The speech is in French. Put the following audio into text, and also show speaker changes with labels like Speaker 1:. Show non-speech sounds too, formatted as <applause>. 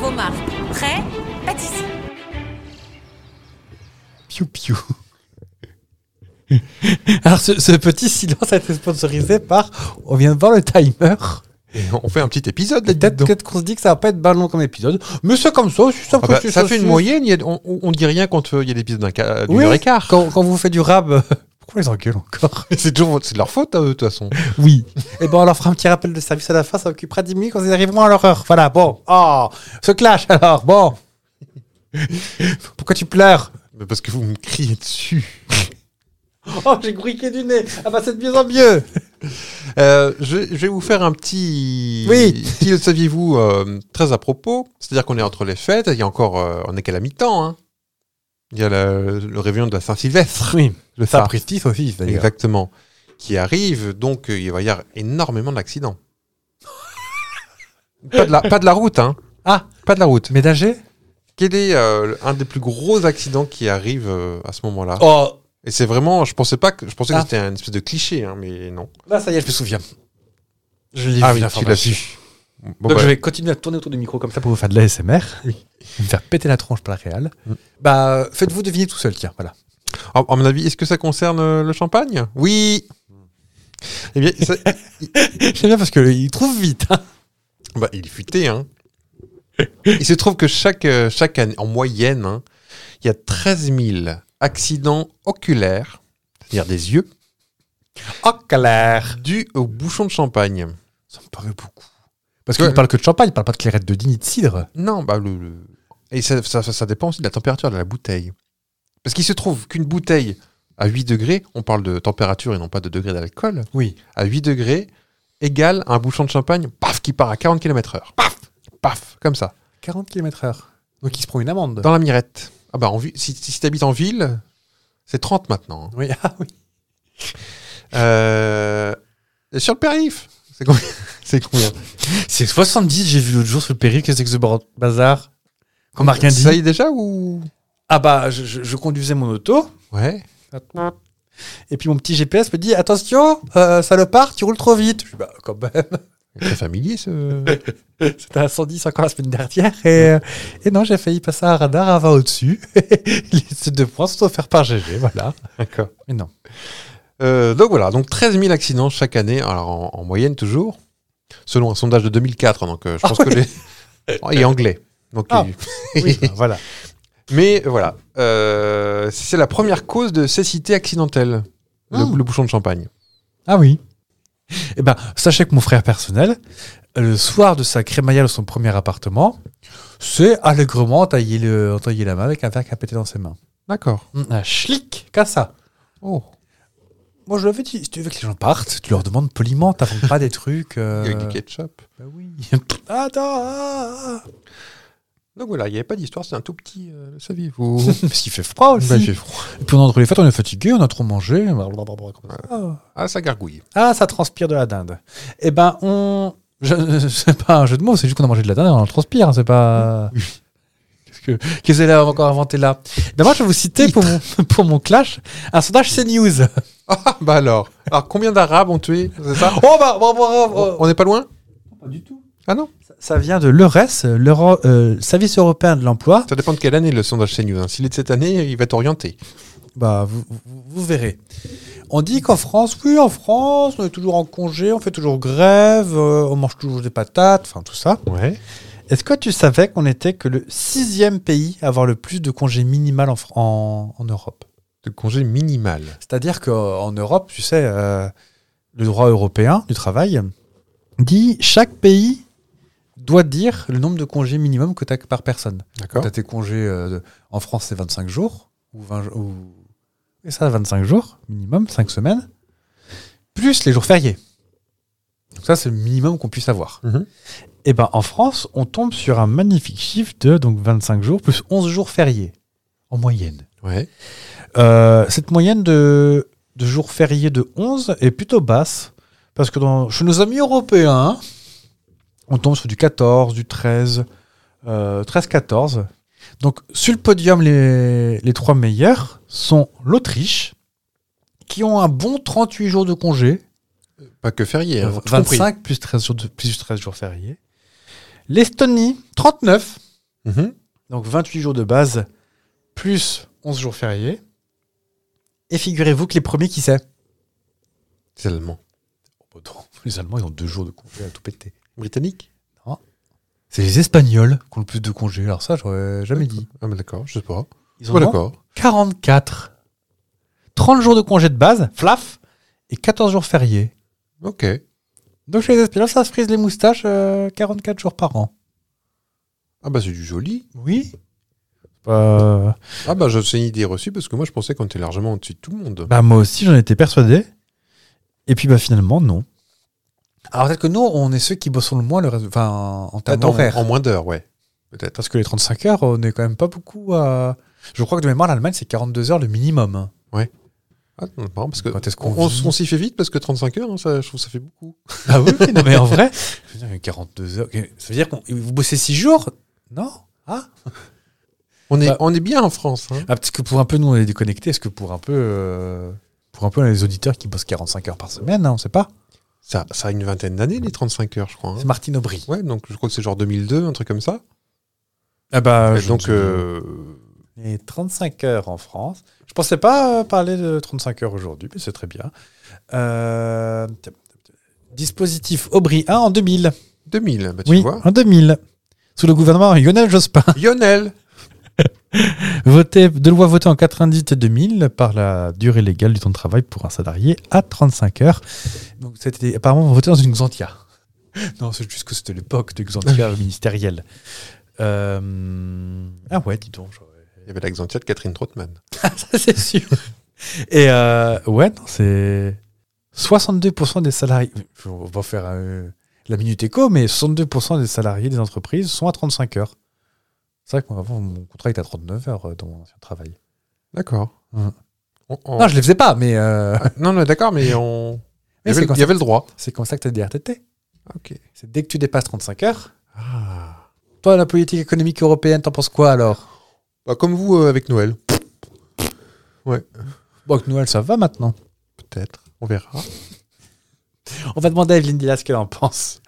Speaker 1: vos marques. Prêt Pâtissier.
Speaker 2: Piou piou.
Speaker 3: <laughs> Alors, ce, ce petit silence a été sponsorisé par. On vient de voir le timer.
Speaker 2: Et on fait un petit épisode là-dedans.
Speaker 3: Peut-être qu'on se dit que ça va pas être bien long comme épisode. Mais c'est comme ça, c'est
Speaker 2: Ah
Speaker 3: simple.
Speaker 2: bah,
Speaker 3: c'est
Speaker 2: ça fait une
Speaker 3: c'est-
Speaker 2: moyenne, il y a- on, on dit rien quand euh, il y a l'épisode d'un ca- d'une
Speaker 3: Oui,
Speaker 2: heure et quart.
Speaker 3: Quand, quand vous faites du rap. euh, <laughs> Pourquoi ils engueulent encore
Speaker 2: C'est toujours c'est de leur faute à eux de toute façon.
Speaker 3: <laughs> Oui. Et ben on leur fera un petit rappel de service à la fin, ça occupera 10 minutes quand ils arriveront à leur heure. Voilà, bon. Oh, ce clash alors, <laughs> bon. Pourquoi tu pleures
Speaker 2: Mais Parce que vous me criez dessus.
Speaker 3: Oh, j'ai griqué du nez. Ah bah c'est de mieux en mieux.
Speaker 2: Euh, je, je vais vous faire un petit.
Speaker 3: Oui.
Speaker 2: Petit le saviez-vous euh, très à propos. C'est-à-dire qu'on est entre les fêtes. Il y a encore. euh, on est qu'à la mi-temps. hein. Il y a la- le réveillon de la Saint-Sylvestre.
Speaker 3: Oui,
Speaker 2: Le
Speaker 3: ça
Speaker 2: phare.
Speaker 3: prestige aussi, d'ailleurs.
Speaker 2: Exactement. Qui arrive, donc euh, il va y avoir énormément
Speaker 3: <laughs>
Speaker 2: d'accidents. pas, de la, pas de la route, hein.
Speaker 3: Ah.
Speaker 2: Pas de la route.
Speaker 3: Ménager
Speaker 2: Quel est euh, le- un des plus gros accidents qui arrive euh, à ce moment-là
Speaker 3: Oh,
Speaker 2: Et c'est vraiment, je pensais pas que, je pensais
Speaker 3: Ah.
Speaker 2: que c'était une espèce de cliché, hein, mais non.
Speaker 3: là ça y est, je me souviens. Je l'ai vu
Speaker 2: tu l'as
Speaker 3: l'information.
Speaker 2: su. Bon,
Speaker 3: Donc
Speaker 2: bah,
Speaker 3: je vais continuer à tourner autour du micro comme ça pour vous faire de <laughs> l'ASMR. Me faire péter la tronche par la réal.
Speaker 2: Mm.
Speaker 3: Bah, euh, faites-vous deviner tout seul, tiens, voilà.
Speaker 2: à, à mon avis, est-ce que ça concerne euh, le champagne Oui. Eh bien,
Speaker 3: <laughs>
Speaker 2: ça-
Speaker 3: <laughs> J'aime bien parce qu'il trouve vite. hein.
Speaker 2: bah, il est futé, hein. Il se trouve que chaque, euh, chaque année, en moyenne, hein, il y a 13 000 accidents oculaires, c'est-à-dire des yeux,
Speaker 3: Oh, colère
Speaker 2: dus au bouchon de champagne.
Speaker 3: Ça me paraît beaucoup. Parce
Speaker 2: Ouais.
Speaker 3: qu'il ne parle que de champagne, il ne parle pas de clairette de digne et de cidre.
Speaker 2: Non, bah le, le- et ça, ça- ça- ça dépend aussi de la température de la bouteille. Parce qu'il se trouve qu'une bouteille à 8 degrés, on parle de température et non pas de degré d'alcool,
Speaker 3: Oui.
Speaker 2: à 8 degrés égale un bouchon de champagne, paf, qui part à 40 km/h. Paf, paf, comme ça,
Speaker 3: 40 km/h. Donc il se prend une amende.
Speaker 2: dans la mirette. Ah bah en, vi- si, si t'habites en ville, c'est 30 maintenant.
Speaker 3: Oui, <laughs> ah oui.
Speaker 2: hein. Euh, et sur le périph, c'est combien, c'est
Speaker 3: hein.
Speaker 2: combien
Speaker 3: C'est 70, j'ai vu l'autre jour sur le péril, qu'est-ce que ce bar- bazar Qu'on m'a rien dit.
Speaker 2: Ça y est déjà ou
Speaker 3: Ah bah, je, je- je conduisais mon auto,
Speaker 2: Ouais.
Speaker 3: et puis mon petit GPS me dit Attention, euh, salopard, tu roules trop vite. Je dis Bah, quand même. <laughs>
Speaker 2: Très familier ce.
Speaker 3: C'était un 110 encore la semaine dernière, et, euh, et non, j'ai failli passer un radar à 20 au-dessus. <laughs> Les deux points sont offerts par GG, voilà.
Speaker 2: D'accord.
Speaker 3: Mais non.
Speaker 2: Euh, donc voilà, donc 13 000 accidents chaque année, alors en, en moyenne toujours, selon un sondage de 2004. Donc euh, je
Speaker 3: Ah
Speaker 2: pense que
Speaker 3: ouais.
Speaker 2: <laughs> les... et anglais. Donc,
Speaker 3: Ah.
Speaker 2: euh,
Speaker 3: Oui, bah, voilà.
Speaker 2: Mais euh, voilà, euh, c'est la première cause de cécité accidentelle, le-
Speaker 3: Hmm.
Speaker 2: le, bouchon de champagne.
Speaker 3: Ah oui. Eh ben, sachez que mon frère personnel, euh, le soir de sa crémaillère de son premier appartement, s'est allègrement entaillé, le, entaillé la main avec un verre qui a pété dans ses mains.
Speaker 2: D'accord.
Speaker 3: Mm, Un schlick, qu'à ça.
Speaker 2: Oh.
Speaker 3: Moi, je l'avais dit, si tu veux que les gens partent, tu leur demandes poliment, t'inventes pas des trucs.
Speaker 2: <laughs>
Speaker 3: euh,
Speaker 2: Avec du ketchup.
Speaker 3: bah oui. <laughs> Attends. ah, ah.
Speaker 2: Donc voilà, il n'y avait pas d'histoire, c'est un tout petit, euh, le saviez-vous
Speaker 3: <laughs> Parce qu'il Oh. fait froid aussi.
Speaker 2: Bah, il fait froid.
Speaker 3: Et puis, on est entre les fêtes, on est fatigué, on a trop mangé. blablabla, comme ça. Ah.
Speaker 2: Ah, ça gargouille.
Speaker 3: Ah, ça transpire de la dinde. Eh ben, on. je- <laughs> C'est pas un jeu de mots, c'est juste qu'on a mangé de la dinde et on en transpire. hein, C'est <laughs> pas. Qu'est-ce que. Qu'est-ce qu'elle a encore inventé là D'abord, je vais vous citer pour mon, <laughs> pour mon clash un sondage CNews.
Speaker 2: Ah, bah alors. Alors combien d'Arabes ont tué C'est ça
Speaker 3: Oh bah, bravo,
Speaker 2: On
Speaker 3: bravo
Speaker 2: on n'est pas loin
Speaker 3: Pas du tout.
Speaker 2: Ah non
Speaker 3: Ça vient de l'EURES, l'Euro- euh, le Service européen de l'emploi.
Speaker 2: Ça dépend de quelle année le sondage CNews. hein. S'il est de cette année, il va t'orienter.
Speaker 3: Bah, vous, vous- vous verrez. On dit qu'en France, oui, en France, on est toujours en congé, on fait toujours grève, euh, on mange toujours des patates, enfin tout ça.
Speaker 2: Ouais.
Speaker 3: Est-ce que tu savais qu'on était que le sixième pays à avoir le plus de congés minimal en, Fr- en, en Europe
Speaker 2: De congé minimal.
Speaker 3: C'est-à-dire qu'en Europe, tu sais, euh, le droit européen du travail dit chaque pays doit dire le nombre de congés minimum que tu as par personne.
Speaker 2: D'accord.
Speaker 3: Tu as tes congés euh, de- en France, c'est 25 jours. Ou 20, jo- ou- et ça, 25 jours minimum, 5 semaines. Plus les jours fériés. Donc ça, c'est le minimum qu'on puisse avoir.
Speaker 2: Mhm.
Speaker 3: Et ben en France, on tombe sur un magnifique chiffre de donc 25 jours plus 11 jours fériés en moyenne.
Speaker 2: Ouais.
Speaker 3: Euh, cette moyenne de, de jours fériés de 11 est plutôt basse parce que dans, chez nos amis européens, hein, on tombe sur du 14, du 13, euh, 13-14. Donc sur le podium, les, les trois meilleurs sont l'Autriche, qui ont un bon 38 jours de congé,
Speaker 2: Pas que férié. hein, tout euh, compris.
Speaker 3: 25 plus 13 jours, de- plus 13 jours fériés. L'Estonie, 39.
Speaker 2: Mhm.
Speaker 3: Donc 28 jours de base, plus 11 jours fériés. Et figurez-vous que les premiers, qui c'est
Speaker 2: C'est allemand.
Speaker 3: Oh, bah, <laughs> Les Allemands, ils ont deux jours de congé à tout péter.
Speaker 2: Britannique
Speaker 3: C'est les Espagnols qui ont le plus de congés. Alors ça, j'aurais jamais dit.
Speaker 2: Ah, mais d'accord, je sais pas.
Speaker 3: Ils
Speaker 2: Ouais,
Speaker 3: en ont
Speaker 2: d'accord.
Speaker 3: 44. 30 jours de congé de base, flaf, et 14 jours fériés.
Speaker 2: Ok.
Speaker 3: Donc chez les Espagnols, ça se frise les moustaches euh, 44 jours par an.
Speaker 2: Ah, bah, c'est du joli.
Speaker 3: Oui. Euh,
Speaker 2: Ah, bah, je- c'est une idée reçue parce que moi, je pensais qu'on était largement au-dessus de tout le monde.
Speaker 3: bah moi aussi, j'en étais persuadé. Et puis bah finalement, non. Alors peut-être que nous, on est ceux qui bossons le moins le reste, enfin, en termes
Speaker 2: Attends,
Speaker 3: d'horaire.
Speaker 2: en, moins d'heures, ouais. Peut-être.
Speaker 3: Parce que les 35 heures, on est quand même pas beaucoup à... Je crois que de mémoire, l'Allemagne, c'est 42 heures le minimum. hein.
Speaker 2: Ah, non, marrant, parce que
Speaker 3: Quand est-ce qu'on
Speaker 2: on, on
Speaker 3: vit
Speaker 2: s'y fait vite parce que 35 heures, hein, ça, je trouve que ça fait beaucoup.
Speaker 3: Ah oui, oui, non, mais en
Speaker 2: <laughs>
Speaker 3: vrai, je veux dire, 42 heures, ok, ça veut dire que vous bossez 6 jours Non ah,
Speaker 2: On est,
Speaker 3: Bah-
Speaker 2: on est bien en France. hein.
Speaker 3: ah, parce que pour un peu, nous, on est déconnectés. Est-ce que pour un peu, euh, pour un peu, on a les auditeurs qui bossent 45 heures par semaine, hein, on sait pas.
Speaker 2: Ça, ça a une vingtaine d'années, les 35 heures, je crois. hein.
Speaker 3: C'est Martine Aubry.
Speaker 2: Ouais, donc je crois que c'est genre 2002, un truc comme ça.
Speaker 3: Ah bah,
Speaker 2: Et
Speaker 3: je-
Speaker 2: donc, euh,
Speaker 3: Les 35 heures en France. Je pensais pas euh, parler de 35 heures aujourd'hui, mais c'est très bien. Euh, Dispositif Aubry 1 en 2000.
Speaker 2: 2000, bah, tu
Speaker 3: oui,
Speaker 2: <laughs> vois.
Speaker 3: en 2000. Sous le gouvernement Lionel Jospin. <laughs>
Speaker 2: Lionel
Speaker 3: Voté, de loi votée en 90 et 2000 par la durée légale du temps de travail pour un salarié à 35 heures. Donc c'était apparemment voté dans une Xantia. <laughs> Non, c'est juste que c'était l'époque de <laughs> Xantia ministérielle. Euh, Ah ouais, dis donc. j'aurais-
Speaker 2: Il y avait la Xantia de Catherine Trottmann.
Speaker 3: Ça <laughs> c'est sûr. Et euh, ouais, non, c'est 62% des salariés. On va faire euh, la minute éco, mais 62% des salariés des entreprises sont à 35 heures. C'est vrai que moi, avant, mon contrat était à 39 heures euh, dans mon ancien travail.
Speaker 2: D'accord.
Speaker 3: Mm.
Speaker 2: On- on-
Speaker 3: Non, je les faisais pas, mais, euh,
Speaker 2: Ah, non, non, d'accord, mais on.
Speaker 3: mais
Speaker 2: Il y, avait,
Speaker 3: c'est comme,
Speaker 2: il y
Speaker 3: ça-
Speaker 2: avait le droit.
Speaker 3: c'est comme ça que tu as des RTT.
Speaker 2: Ok.
Speaker 3: C'est dès que tu dépasses 35 heures.
Speaker 2: Ah.
Speaker 3: Toi, la politique économique européenne, t'en penses quoi alors
Speaker 2: Bah, comme vous euh, avec Noël,
Speaker 3: Bon, avec Noël, ça va maintenant.
Speaker 2: peut-être. On verra.
Speaker 3: On va demander à Evelyne Dilas ce qu'elle en pense.